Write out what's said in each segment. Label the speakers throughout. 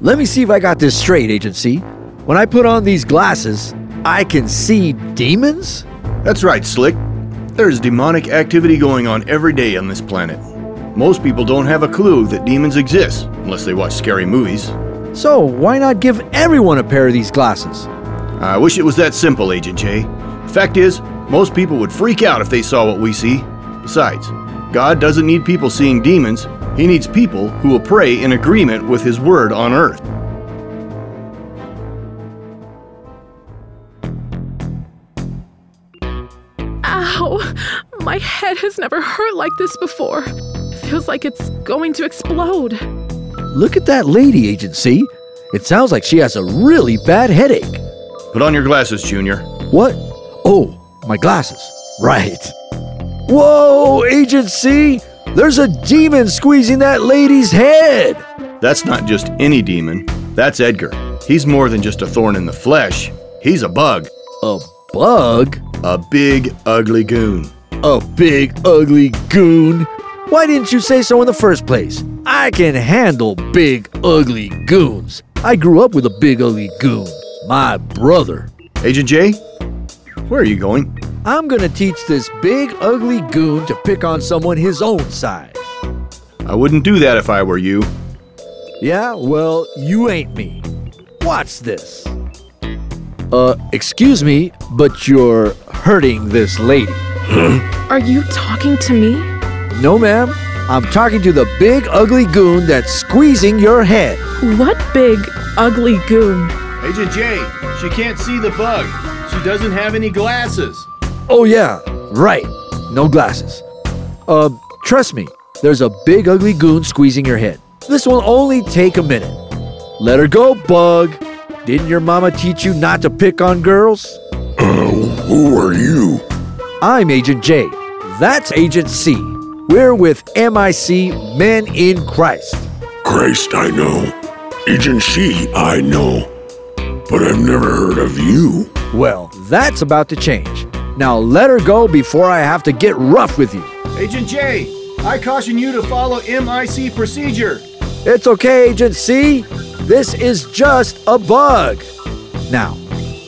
Speaker 1: Let me see if I got this straight, agency. When I put on these glasses, I can see demons?
Speaker 2: That's right, Slick. There's demonic activity going on every day on this planet. Most people don't have a clue that demons exist unless they watch scary movies.
Speaker 1: So, why not give everyone a pair of these glasses?
Speaker 2: I wish it was that simple, Agent J. The fact is, most people would freak out if they saw what we see. Besides, God doesn't need people seeing demons, He needs people who will pray in agreement with His word on earth.
Speaker 3: Ow! My head has never hurt like this before. Feels like it's going to explode.
Speaker 1: Look at that lady, agency. It sounds like she has a really bad headache.
Speaker 2: Put on your glasses, Junior.
Speaker 1: What? Oh, my glasses. Right. Whoa, agency! There's a demon squeezing that lady's head!
Speaker 2: That's not just any demon, that's Edgar. He's more than just a thorn in the flesh, he's a bug.
Speaker 1: A bug?
Speaker 2: A big, ugly goon.
Speaker 1: A big, ugly goon? Why didn't you say so in the first place? I can handle big, ugly goons. I grew up with a big, ugly goon. My brother.
Speaker 2: Agent J, where are you going?
Speaker 1: I'm gonna teach this big, ugly goon to pick on someone his own size.
Speaker 2: I wouldn't do that if I were you.
Speaker 1: Yeah, well, you ain't me. Watch this. Uh, excuse me, but you're hurting this lady.
Speaker 3: Are you talking to me?
Speaker 1: No, ma'am. I'm talking to the big, ugly goon that's squeezing your head.
Speaker 3: What big, ugly goon?
Speaker 2: Agent J, she can't see the bug. She doesn't have any glasses.
Speaker 1: Oh, yeah, right. No glasses. Uh, trust me, there's a big, ugly goon squeezing your head. This will only take a minute. Let her go, bug. Didn't your mama teach you not to pick on girls?
Speaker 4: Uh, Who are you?
Speaker 1: I'm Agent J. That's Agent C. We're with MIC Men in Christ.
Speaker 4: Christ, I know. Agent She, I know. But I've never heard of you.
Speaker 1: Well, that's about to change. Now let her go before I have to get rough with you.
Speaker 2: Agent J, I caution you to follow MIC procedure.
Speaker 1: It's okay, Agent C. This is just a bug. Now,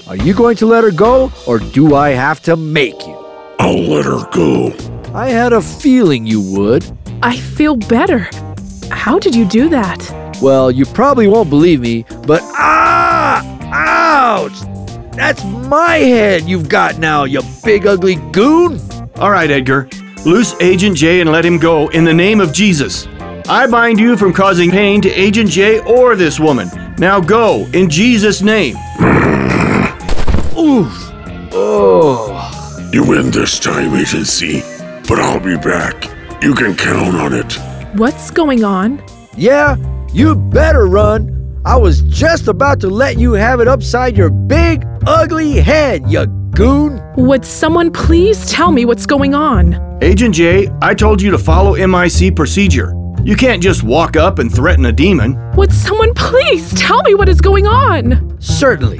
Speaker 1: are you going to let her go or do I have to make you?
Speaker 4: I'll let her go.
Speaker 1: I had a feeling you would.
Speaker 3: I feel better. How did you do that?
Speaker 1: Well, you probably won't believe me, but ah! Ouch! That's my head you've got now, you big ugly goon!
Speaker 2: All right, Edgar. Loose Agent J and let him go in the name of Jesus. I bind you from causing pain to Agent J or this woman. Now go in Jesus' name.
Speaker 1: Oof! Oh,
Speaker 4: You win this time, Agent C. But I'll be back. You can count on it.
Speaker 3: What's going on?
Speaker 1: yeah, you better run. I was just about to let you have it upside your big ugly head, you goon!
Speaker 3: Would someone please tell me what's going on?
Speaker 2: Agent J, I told you to follow MIC procedure. You can't just walk up and threaten a demon.
Speaker 3: Would someone please tell me what is going on?
Speaker 1: Certainly.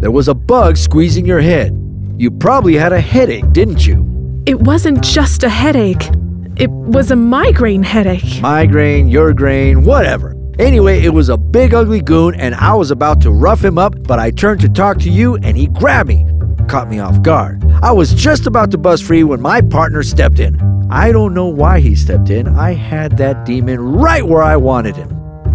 Speaker 1: There was a bug squeezing your head. You probably had a headache, didn't you?
Speaker 3: It wasn't just a headache, it was a migraine headache.
Speaker 1: Migraine, your grain, whatever. Anyway, it was a big ugly goon, and I was about to rough him up, but I turned to talk to you, and he grabbed me. Caught me off guard. I was just about to bust free when my partner stepped in. I don't know why he stepped in. I had that demon right where I wanted him.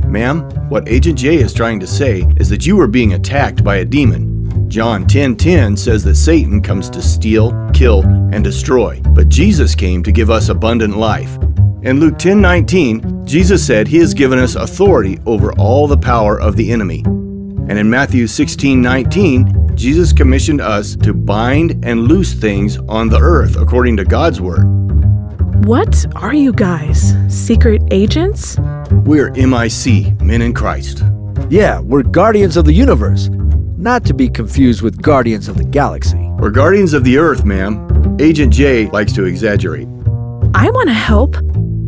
Speaker 2: Ma'am, what Agent J is trying to say is that you are being attacked by a demon. John 10:10 says that Satan comes to steal, kill, and destroy, but Jesus came to give us abundant life. In Luke 10:19, Jesus said he has given us authority over all the power of the enemy. And in Matthew 16:19, Jesus commissioned us to bind and loose things on the earth according to God's word.
Speaker 3: What are you guys? Secret agents?
Speaker 2: We're MIC, men in Christ.
Speaker 1: Yeah, we're guardians of the universe. Not to be confused with guardians of the galaxy.
Speaker 2: We're guardians of the earth, ma'am. Agent J likes to exaggerate.
Speaker 3: I want to help.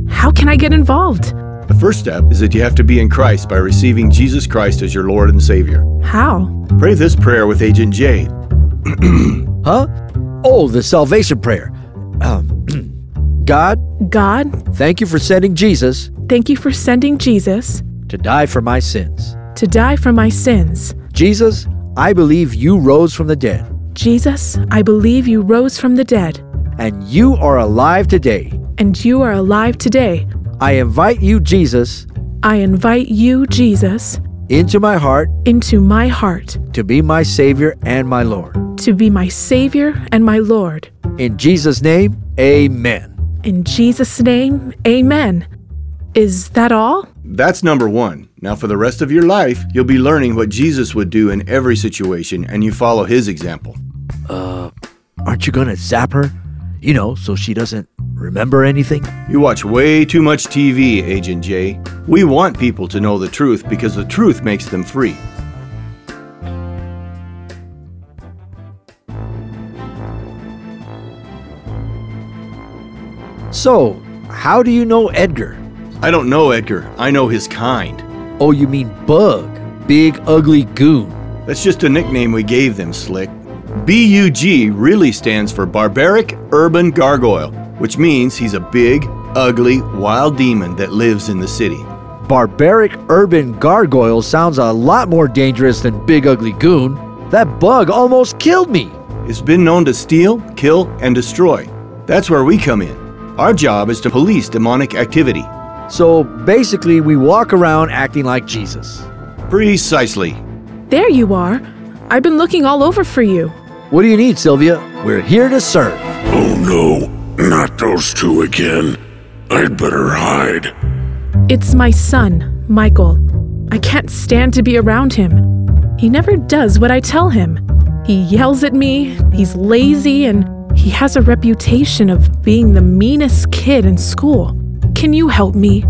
Speaker 3: How can I get involved?
Speaker 2: The first step is that you have to be in Christ by receiving Jesus Christ as your Lord and Savior.
Speaker 3: How?
Speaker 2: Pray this prayer with Agent J.
Speaker 1: Huh? Oh, the salvation prayer. Um, God,
Speaker 3: God,
Speaker 1: thank you for sending Jesus
Speaker 3: thank you for sending Jesus
Speaker 1: to die for my sins.
Speaker 3: to die for my sins.
Speaker 1: Jesus, I believe you rose from the dead,
Speaker 3: Jesus, I believe you rose from the dead,
Speaker 1: and you are alive today.
Speaker 3: and you are alive today.
Speaker 1: I invite you, Jesus,
Speaker 3: I invite you, Jesus,
Speaker 1: into my heart
Speaker 3: into my heart
Speaker 1: to be my Savior and my Lord.
Speaker 3: to be my Savior and my Lord.
Speaker 1: In Jesus' name, amen.
Speaker 3: In Jesus' name, amen. Is that all?
Speaker 2: That's number one. Now, for the rest of your life, you'll be learning what Jesus would do in every situation, and you follow his example.
Speaker 1: Aren't you going to zap her? You know, so she doesn't remember anything?
Speaker 2: You watch way too much TV, Agent J. We want people to know the truth because the truth makes them free.
Speaker 1: So, how do you know Edgar?
Speaker 2: I don't know Edgar, I know his kind.
Speaker 1: Oh, you mean Bug, big ugly goon.
Speaker 2: That's just a nickname we gave them, Slick. BUG really stands for Barbaric Urban Gargoyle, which means he's a big, ugly, wild demon that lives in the city.
Speaker 1: Barbaric urban gargoyle sounds a lot more dangerous than big ugly goon. That bug almost killed me.
Speaker 2: It's been known to steal, kill, and destroy. That's where we come in. Our job is to police demonic activity.
Speaker 1: So basically, we walk around acting like Jesus.
Speaker 2: Precisely.
Speaker 3: There you are. I've been looking all over for you.
Speaker 1: What do you need, Sylvia? We're here to serve.
Speaker 4: Oh no, not those two again. I'd better hide.
Speaker 3: It's my son, Michael. I can't stand to be around him. He never does what I tell him. He yells at me, he's lazy, and he has a reputation of being the meanest kid in school. Can you help me?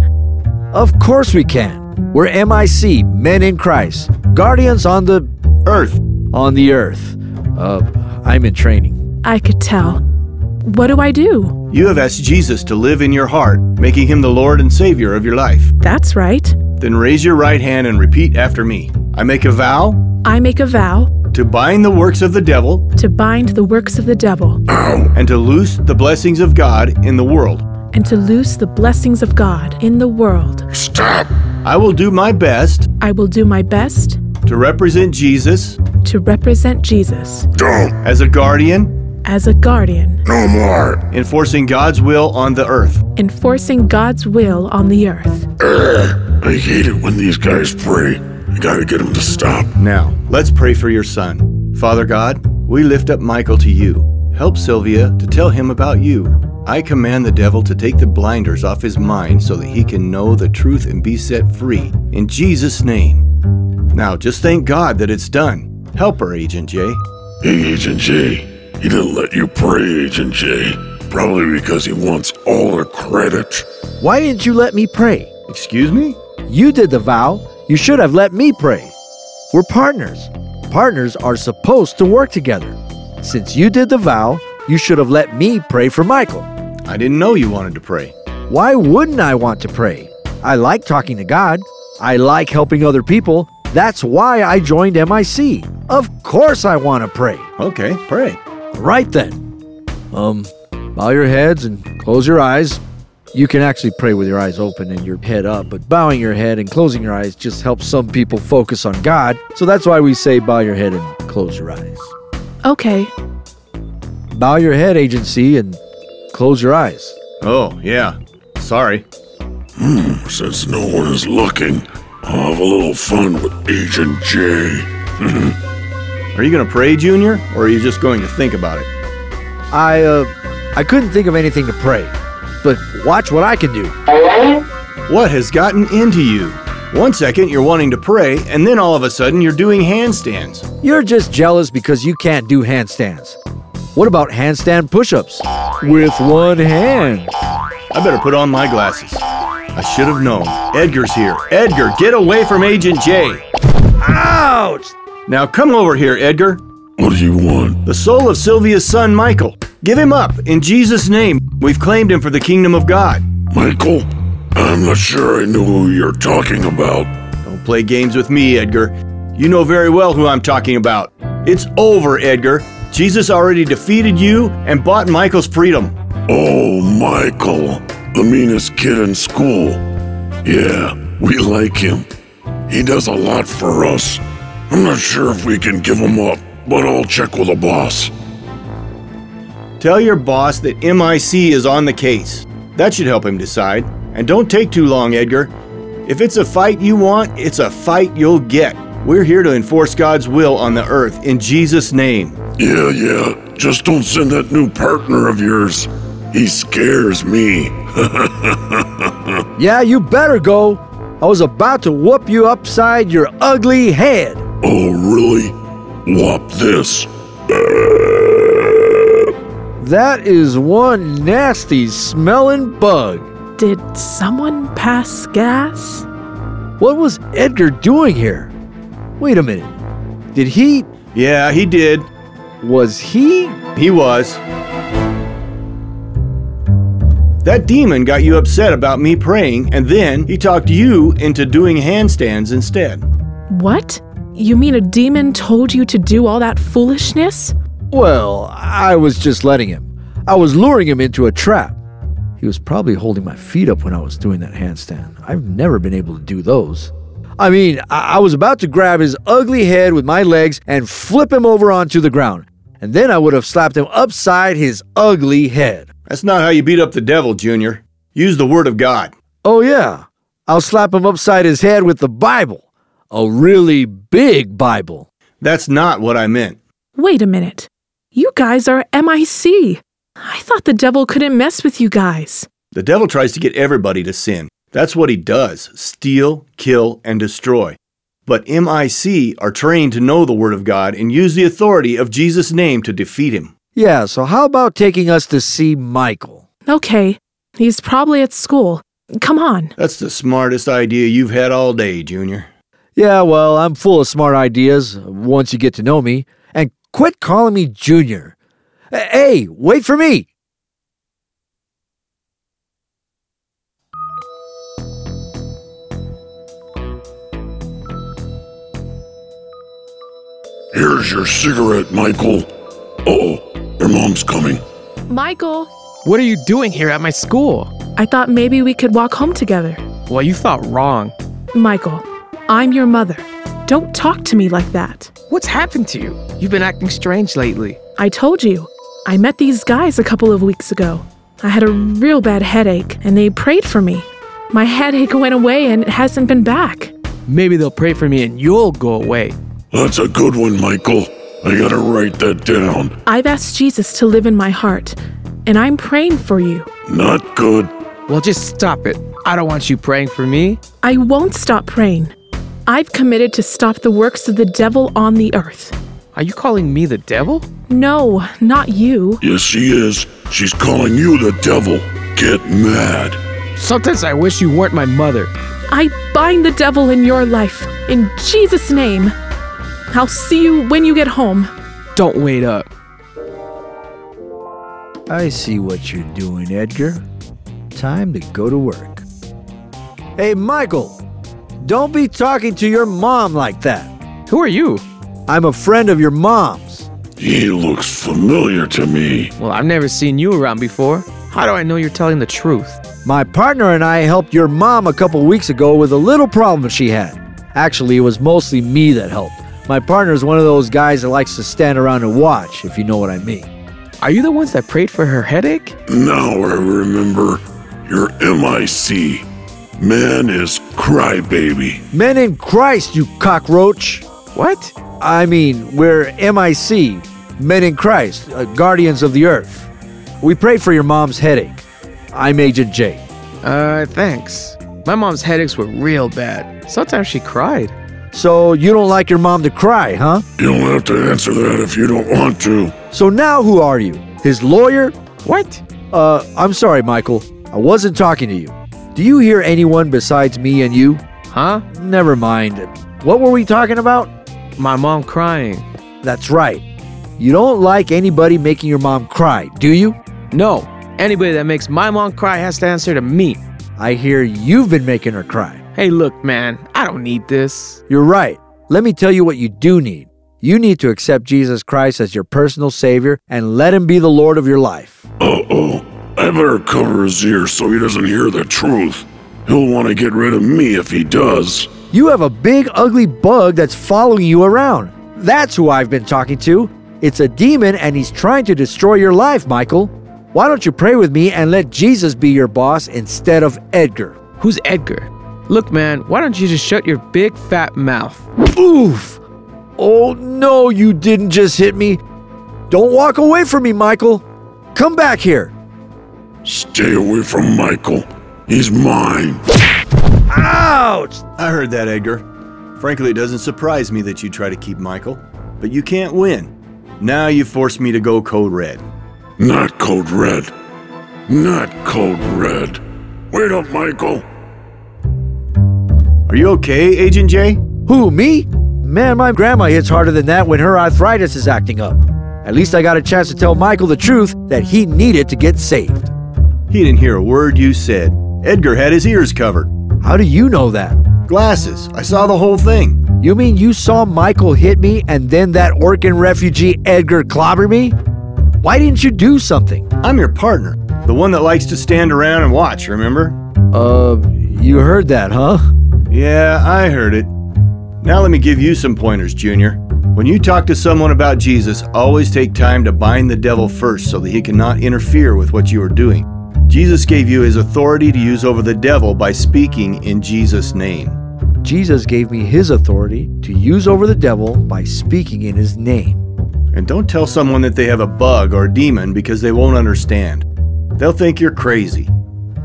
Speaker 1: Of course we can. We're MIC, Men in Christ, guardians on the
Speaker 2: Earth.
Speaker 1: on the earth. Uh, I'm in training.
Speaker 3: I could tell. What do I do?
Speaker 2: You have asked Jesus to live in your heart, making him the Lord and Savior of your life.
Speaker 3: That's right.
Speaker 2: Then raise your right hand and repeat after me. I make a vow
Speaker 3: I make a vow
Speaker 2: to bind the works of the devil
Speaker 3: to bind the works of the devil
Speaker 2: and to loose the blessings of God in the world.
Speaker 3: and to loose the blessings of God in the world.
Speaker 4: Stop!
Speaker 2: I will do my best
Speaker 3: I will do my best
Speaker 2: to represent Jesus
Speaker 3: to represent Jesus
Speaker 4: Don't!
Speaker 2: as a guardian,
Speaker 3: as a guardian.
Speaker 4: No more!
Speaker 2: enforcing God's will on the earth.
Speaker 3: enforcing God's will on the earth.
Speaker 4: I hate it when these guys pray. I gotta get them to stop.
Speaker 2: Now, let's pray for your son. Father God, we lift up Michael to you. Help Sylvia to tell him about you. I command the devil to take the blinders off his mind so that he can know the truth and be set free. In Jesus' name. Now, just thank God that it's done. Help her, Agent J.
Speaker 4: Hey, Agent J. He didn't let you pray, Agent J. Probably because he wants all the credit.
Speaker 1: Why didn't you let me pray?
Speaker 2: Excuse me?
Speaker 1: You did the vow. You should have let me pray. We're partners. Partners are supposed to work together. Since you did the vow, you should have let me pray for Michael.
Speaker 2: I didn't know you wanted to pray.
Speaker 1: Why wouldn't I want to pray? I like talking to God. I like helping other people. That's why I joined MIC. Of course I want to pray.
Speaker 2: Okay, pray.
Speaker 1: Right then. Um, bow your heads and close your eyes. You can actually pray with your eyes open and your head up, but bowing your head and closing your eyes just helps some people focus on God. So that's why we say bow your head and close your eyes.
Speaker 3: Okay,
Speaker 1: Bow your head, agency, and close your eyes.
Speaker 2: Oh, yeah. Sorry.
Speaker 4: Since no one is looking, I'll have a little fun with Agent J.
Speaker 2: Are you going to pray, Junior, or are you just going to think about it?
Speaker 1: I uh I couldn't think of anything to pray. But watch what I can do.
Speaker 2: What has gotten into you? One second you're wanting to pray, and then all of a sudden you're doing handstands.
Speaker 1: You're just jealous because you can't do handstands. What about handstand push-ups? With one hand.
Speaker 2: I better put on my glasses. I should have known. Edgar's here. Edgar, get away from Agent J.
Speaker 1: Ouch!
Speaker 2: Now come over here, Edgar.
Speaker 4: What do you want?
Speaker 2: The soul of Sylvia's son, Michael. Give him up in Jesus' name. We've claimed him for the kingdom of God.
Speaker 4: Michael? I'm not sure I know who you're talking about.
Speaker 2: Don't play games with me, Edgar. You know very well who I'm talking about. It's over, Edgar. Jesus already defeated you and bought Michael's freedom.
Speaker 4: Oh, Michael. The meanest kid in school. Yeah, we like him. He does a lot for us. I'm not sure if we can give him up, but I'll check with the boss.
Speaker 2: Tell your boss that MIC is on the case. That should help him decide. And don't take too long, Edgar. If it's a fight you want, it's a fight you'll get. We're here to enforce God's will on the earth in Jesus' name.
Speaker 4: Yeah, yeah. Just don't send that new partner of yours. He scares me.
Speaker 1: Yeah, you better go. I was about to whoop you upside your ugly head.
Speaker 4: Oh, really? Whop this.
Speaker 1: That is one nasty smelling bug.
Speaker 3: Did someone pass gas?
Speaker 1: What was Edgar doing here? Wait a minute. Did he.
Speaker 2: Yeah, he did.
Speaker 1: Was he.
Speaker 2: He was. That demon got you upset about me praying, and then he talked you into doing handstands instead.
Speaker 3: What? You mean a demon told you to do all that foolishness?
Speaker 1: Well, I was just letting him. I was luring him into a trap. He was probably holding my feet up when I was doing that handstand. I've never been able to do those. I mean, I, I was about to grab his ugly head with my legs and flip him over onto the ground. And then I would have slapped him upside his ugly head.
Speaker 2: That's not how you beat up the devil, Junior. Use the Word of God.
Speaker 1: Oh, yeah. I'll slap him upside his head with the Bible. A really big Bible.
Speaker 2: That's not what I meant.
Speaker 3: Wait a minute. You guys are MIC. I thought the devil couldn't mess with you guys.
Speaker 2: The devil tries to get everybody to sin. That's what he does steal, kill, and destroy. But MIC are trained to know the Word of God and use the authority of Jesus' name to defeat him.
Speaker 1: Yeah, so how about taking us to see Michael?
Speaker 3: Okay, he's probably at school. Come on.
Speaker 2: That's the smartest idea you've had all day, Junior.
Speaker 1: Yeah, well, I'm full of smart ideas once you get to know me. And quit calling me Junior. H- Hey, wait for me.
Speaker 4: Here's your cigarette, Michael. Uh oh, your mom's coming.
Speaker 3: Michael,
Speaker 5: What are you doing here at my school?
Speaker 3: I thought maybe we could walk home together.
Speaker 5: Well, you thought wrong.
Speaker 3: Michael, I'm your mother. Don't talk to me like that.
Speaker 5: What's happened to you? You've been acting strange lately.
Speaker 3: I told you, I met these guys a couple of weeks ago. I had a real bad headache, and they prayed for me. My headache went away, and it hasn't been back.
Speaker 5: Maybe they'll pray for me and you'll go away.
Speaker 4: That's a good one, Michael. I gotta write that down.
Speaker 3: I've asked Jesus to live in my heart, and I'm praying for you.
Speaker 4: Not good.
Speaker 5: Well, just stop it. I don't want you praying for me.
Speaker 3: I won't stop praying. I've committed to stop the works of the devil on the earth.
Speaker 5: Are you calling me the devil?
Speaker 3: No, not you.
Speaker 4: Yes, she is. She's calling you the devil. Get mad.
Speaker 5: Sometimes I wish you weren't my mother.
Speaker 3: I bind the devil in your life. In Jesus' name. I'll see you when you get home.
Speaker 5: Don't wait up.
Speaker 1: I see what you're doing, Edgar. Time to go to work. Hey, Michael, don't be talking to your mom like that.
Speaker 5: Who are you?
Speaker 1: I'm a friend of your mom's.
Speaker 4: He looks familiar to me.
Speaker 5: Well, I've never seen you around before. How do I know you're telling the truth?
Speaker 1: My partner and I helped your mom a couple weeks ago with a little problem she had. Actually, it was mostly me that helped. My partner is one of those guys that likes to stand around and watch, if you know what I mean.
Speaker 5: Are you the ones that prayed for her headache?
Speaker 4: Now I remember. You're MIC. Man is crybaby.
Speaker 1: Men in Christ, you cockroach!
Speaker 5: What?
Speaker 1: I mean, we're MIC, Men in Christ, uh, Guardians of the Earth. We pray for your mom's headache. I'm Agent J.
Speaker 5: Uh, thanks. My mom's headaches were real bad. Sometimes she cried.
Speaker 1: So you don't like your mom to cry, huh?
Speaker 4: You don't have to answer that if you don't want to.
Speaker 1: So now who are you? His lawyer?
Speaker 5: What?
Speaker 1: Uh, I'm sorry, Michael. I wasn't talking to you. Do you hear anyone besides me and you?
Speaker 5: Huh?
Speaker 1: Never mind. What were we talking about?
Speaker 5: My mom crying.
Speaker 1: That's right. You don't like anybody making your mom cry, do you?
Speaker 5: No. Anybody that makes my mom cry has to answer to me.
Speaker 1: I hear you've been making her cry.
Speaker 5: Hey, look, man, I don't need this.
Speaker 1: You're right. Let me tell you what you do need. You need to accept Jesus Christ as your personal Savior and let Him be the Lord of your life.
Speaker 4: Uh oh. I better cover his ears so he doesn't hear the truth. He'll want to get rid of me if he does.
Speaker 1: You have a big, ugly bug that's following you around. That's who I've been talking to. It's a demon and he's trying to destroy your life, Michael. Why don't you pray with me and let Jesus be your boss instead of Edgar?
Speaker 5: Who's Edgar? Look, man, why don't you just shut your big fat mouth?
Speaker 1: Oof! Oh no, you didn't just hit me. Don't walk away from me, Michael. Come back here.
Speaker 4: Stay away from Michael. He's mine.
Speaker 1: Ouch!
Speaker 2: I heard that, Edgar. Frankly, it doesn't surprise me that you try to keep Michael, but you can't win. Now you forced me to go code red.
Speaker 4: Not Code Red. Not Code Red. Wait up, Michael.
Speaker 2: Are you okay, Agent J?
Speaker 1: Who, me? Man, my grandma hits harder than that when her arthritis is acting up. At least I got a chance to tell Michael the truth that he needed to get saved.
Speaker 2: He didn't hear a word you said. Edgar had his ears covered.
Speaker 1: How do you know that?
Speaker 2: Glasses. I saw the whole thing.
Speaker 1: You mean you saw Michael hit me and then that Orkin refugee Edgar clobber me? Why didn't you do something?
Speaker 2: I'm your partner, the one that likes to stand around and watch, remember?
Speaker 1: Uh, you heard that, huh?
Speaker 2: Yeah, I heard it. Now let me give you some pointers, Junior. When you talk to someone about Jesus, always take time to bind the devil first so that he cannot interfere with what you are doing. Jesus gave you his authority to use over the devil by speaking in Jesus' name.
Speaker 1: Jesus gave me his authority to use over the devil by speaking in his name.
Speaker 2: And don't tell someone that they have a bug or demon because they won't understand. They'll think you're crazy.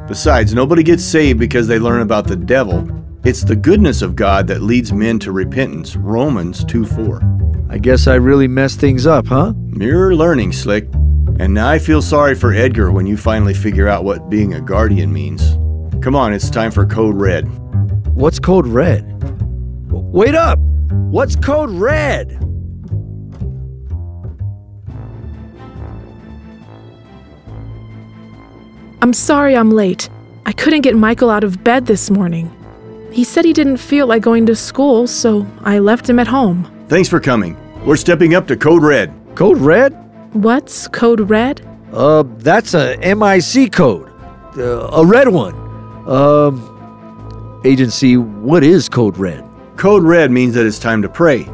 Speaker 2: Besides, nobody gets saved because they learn about the devil. It's the goodness of God that leads men to repentance. Romans 2 4.
Speaker 1: I guess I really messed things up, huh?
Speaker 2: Mirror learning, Slick. And now I feel sorry for Edgar when you finally figure out what being a guardian means. Come on, it's time for Code Red.
Speaker 1: What's code red? W- Wait up! What's code red?
Speaker 3: I'm sorry I'm late. I couldn't get Michael out of bed this morning. He said he didn't feel like going to school, so I left him at home.
Speaker 2: Thanks for coming. We're stepping up to Code Red.
Speaker 1: Code red?
Speaker 3: What's code red?
Speaker 1: Uh, that's a MIC code, uh, a red one. Um, agency, what is code red?
Speaker 2: Code Red means that it's time to pray.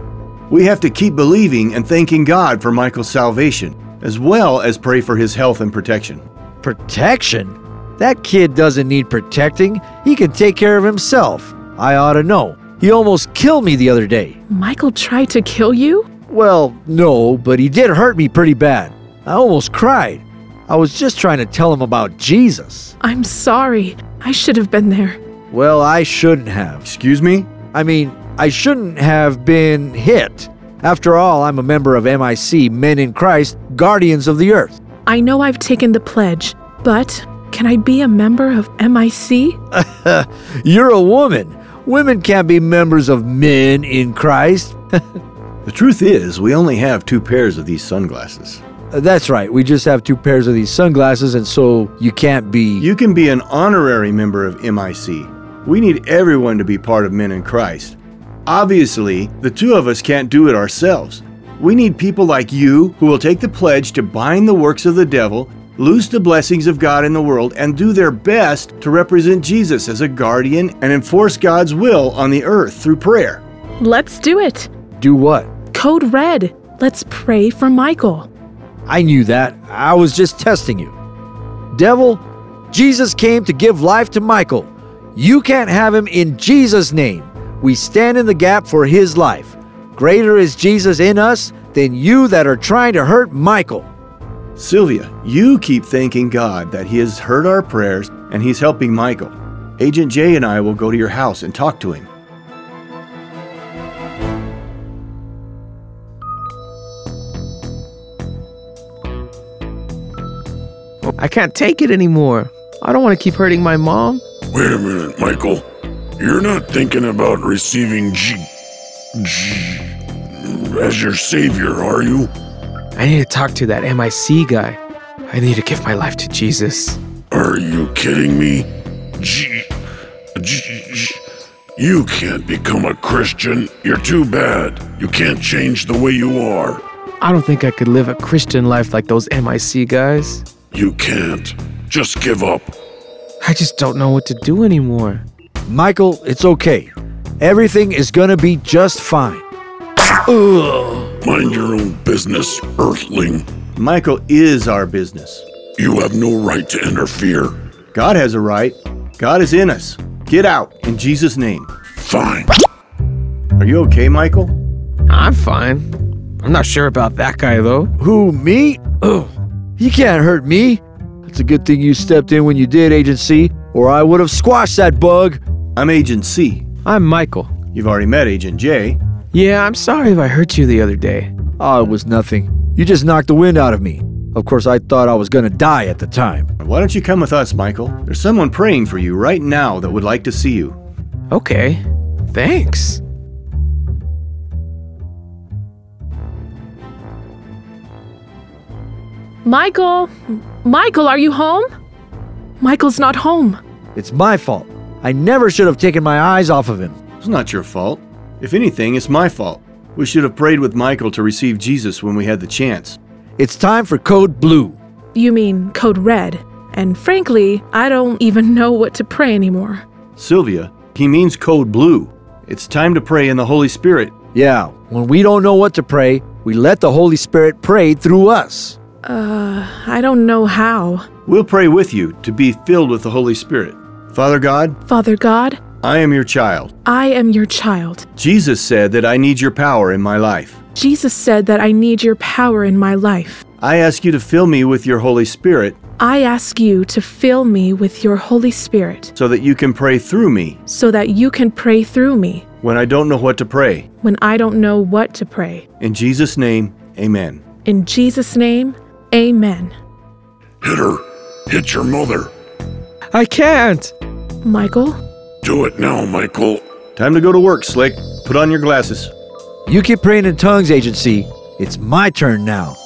Speaker 2: We have to keep believing and thanking God for Michael's salvation, as well as pray for his health and protection.
Speaker 1: Protection? That kid doesn't need protecting. He can take care of himself. I ought to know. He almost killed me the other day.
Speaker 3: Michael tried to kill you?
Speaker 1: Well, no, but he did hurt me pretty bad. I almost cried. I was just trying to tell him about Jesus.
Speaker 3: I'm sorry. I should have been there.
Speaker 1: Well, I shouldn't have.
Speaker 2: Excuse me?
Speaker 1: I mean, I shouldn't have been hit. After all, I'm a member of MIC, Men in Christ, Guardians of the Earth.
Speaker 3: I know I've taken the pledge, but can I be a member of MIC?
Speaker 1: You're a woman. Women can't be members of men in Christ.
Speaker 2: The truth is, we only have two pairs of these sunglasses.
Speaker 1: That's right, we just have two pairs of these sunglasses, and so you can't be.
Speaker 2: You can be an honorary member of MIC. We need everyone to be part of Men in Christ. Obviously, the two of us can't do it ourselves. We need people like you who will take the pledge to bind the works of the devil, loose the blessings of God in the world, and do their best to represent Jesus as a guardian and enforce God's will on the earth through prayer.
Speaker 3: Let's do it.
Speaker 1: do what?
Speaker 3: Code red. Let's pray for Michael.
Speaker 1: I knew that. I was just testing you. Devil, Jesus came to give life to Michael. You can't have him in Jesus' name. We stand in the gap for his life. Greater is Jesus in us than you that are trying to hurt Michael.
Speaker 2: Sylvia, you keep thanking God that He has heard our prayers and He's helping Michael. Agent J and I will go to your house and talk to him.
Speaker 5: I can't take it anymore. I don't want to keep hurting my mom.
Speaker 4: Wait a minute, Michael. You're not thinking about receiving G. G. as your savior, are you?
Speaker 5: I need to talk to that MIC guy. I need to give my life to Jesus.
Speaker 4: Are you kidding me? G. G. G. You can't become a Christian. You're too bad. You can't change the way you are.
Speaker 5: I don't think I could live a Christian life like those MIC guys.
Speaker 4: You can't. Just give up.
Speaker 5: I just don't know what to do anymore.
Speaker 1: Michael, it's okay. Everything is gonna be just fine.
Speaker 4: Mind your own business, Earthling.
Speaker 2: Michael is our business.
Speaker 4: You have no right to interfere.
Speaker 2: God has a right. God is in us. Get out in Jesus' name.
Speaker 4: Fine.
Speaker 2: Are you okay, Michael?
Speaker 5: I'm fine. I'm not sure about that guy, though.
Speaker 1: Who, me? Oh, you can't hurt me. It's a good thing you stepped in when you did, Agent C, or I would have squashed that bug.
Speaker 2: I'm Agent C.
Speaker 5: I'm Michael.
Speaker 2: You've already met Agent J.
Speaker 5: Yeah, I'm sorry if I hurt you the other day.
Speaker 1: Oh, it was nothing. You just knocked the wind out of me. Of course, I thought I was gonna die at the time.
Speaker 2: Why don't you come with us, Michael? There's someone praying for you right now that would like to see you.
Speaker 5: Okay. Thanks.
Speaker 3: Michael! Michael, are you home? Michael's not home.
Speaker 1: It's my fault. I never should have taken my eyes off of him.
Speaker 2: It's not your fault. If anything, it's my fault. We should have prayed with Michael to receive Jesus when we had the chance.
Speaker 1: It's time for Code Blue.
Speaker 3: You mean Code Red. And frankly, I don't even know what to pray anymore.
Speaker 2: Sylvia, he means code blue. It's time to pray in the Holy Spirit.
Speaker 1: Yeah, when we don't know what to pray, we let the Holy Spirit pray through us.
Speaker 3: Uh, I don't know how.
Speaker 2: We'll pray with you to be filled with the Holy Spirit. Father God,
Speaker 3: Father God,
Speaker 2: I am your child.
Speaker 3: I am your child.
Speaker 2: Jesus said that I need your power in my life.
Speaker 3: Jesus said that I need your power in my life.
Speaker 2: I ask you to fill me with your Holy Spirit
Speaker 3: I ask you to fill me with your Holy Spirit
Speaker 2: so that you can pray through me
Speaker 3: so that you can pray through me
Speaker 2: when I don't know what to pray.
Speaker 3: when I don't know what to pray.
Speaker 2: In Jesus' name, amen.
Speaker 3: In Jesus' name, amen.
Speaker 4: Hit her. Hit your mother.
Speaker 5: I can't.
Speaker 3: Michael?
Speaker 4: Do it now, Michael.
Speaker 2: Time to go to work, Slick. Put on your glasses.
Speaker 1: You keep praying in tongues, Agent C. It's my turn now.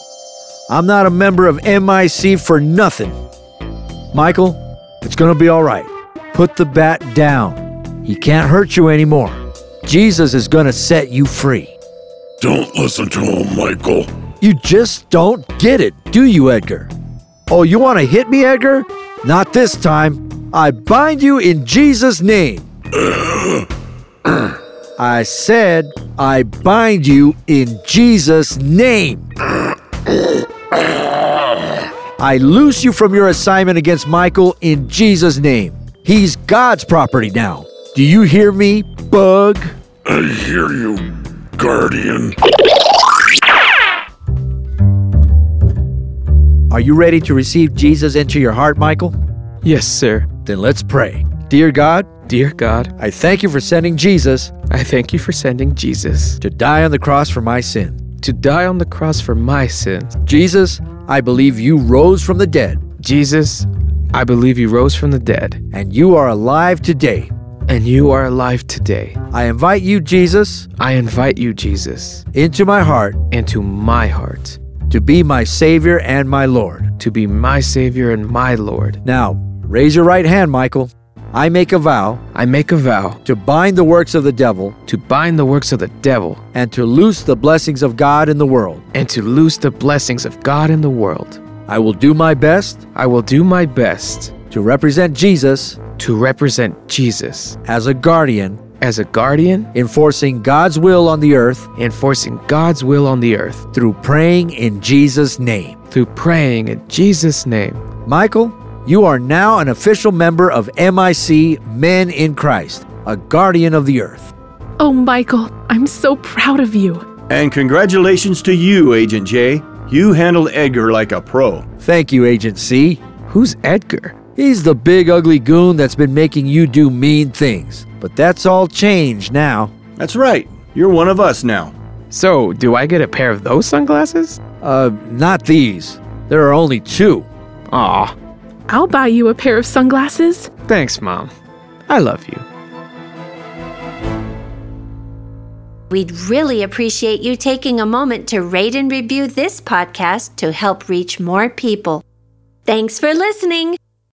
Speaker 1: I'm not a member of MIC for nothing. Michael, it's gonna be all right. Put the bat down. He can't hurt you anymore. Jesus is gonna set you free.
Speaker 4: Don't listen to him, Michael.
Speaker 1: You just don't get it, do you, Edgar? Oh, you want to hit me, Edgar? Not this time. I bind you in Jesus' name. I said, I bind you in Jesus' name. I loose you from your assignment against Michael in Jesus' name. He's God's property now. Do you hear me, bug?
Speaker 4: I hear you, Guardian.
Speaker 1: Are you ready to receive Jesus into your heart, Michael?
Speaker 5: Yes, sir.
Speaker 1: Then let's pray. Dear God,
Speaker 5: Dear God,
Speaker 1: I thank you for sending Jesus
Speaker 5: I thank you for sending Jesus
Speaker 1: to die on the cross for my sin.
Speaker 5: to die on the cross for my sins.
Speaker 1: Jesus, I believe you rose from the dead
Speaker 5: Jesus, I believe you rose from the dead,
Speaker 1: and you are alive today.
Speaker 5: and you are alive today.
Speaker 1: I invite you, Jesus,
Speaker 5: I invite you, Jesus,
Speaker 1: into my heart
Speaker 5: into my heart
Speaker 1: to be my Savior and my Lord.
Speaker 5: to be my Savior and my Lord.
Speaker 1: Now, raise your right hand, Michael. I make a vow
Speaker 5: I make a vow
Speaker 1: to bind the works of the devil
Speaker 5: to bind the works of the devil
Speaker 1: and to loose the blessings of God in the world.
Speaker 5: and to loose the blessings of God in the world.
Speaker 1: I will do my best
Speaker 5: I will do my best
Speaker 1: to represent Jesus
Speaker 5: to represent Jesus
Speaker 1: as a guardian,
Speaker 5: as a guardian,
Speaker 1: enforcing God's will on the earth
Speaker 5: enforcing God's will on the earth
Speaker 1: through praying in Jesus' name.
Speaker 5: through praying in Jesus' name.
Speaker 1: Michael, you are now an official member of MIC Men in Christ, a guardian of the earth.
Speaker 3: Oh, Michael, I'm so proud of you.
Speaker 2: And congratulations to you, Agent J. You handled Edgar like a pro.
Speaker 1: Thank you, Agent C.
Speaker 5: Who's Edgar?
Speaker 1: He's the big ugly goon that's been making you do mean things. But that's all changed now.
Speaker 2: That's right. You're one of us now.
Speaker 5: So, do I get a pair of those sunglasses?
Speaker 1: Uh, not these. There are only two.
Speaker 5: Aw,
Speaker 3: I'll buy you a pair of sunglasses.
Speaker 5: thanks, Mom. I love you.
Speaker 6: We'd really appreciate you taking a moment to rate and review this podcast to help reach more people. Thanks for listening.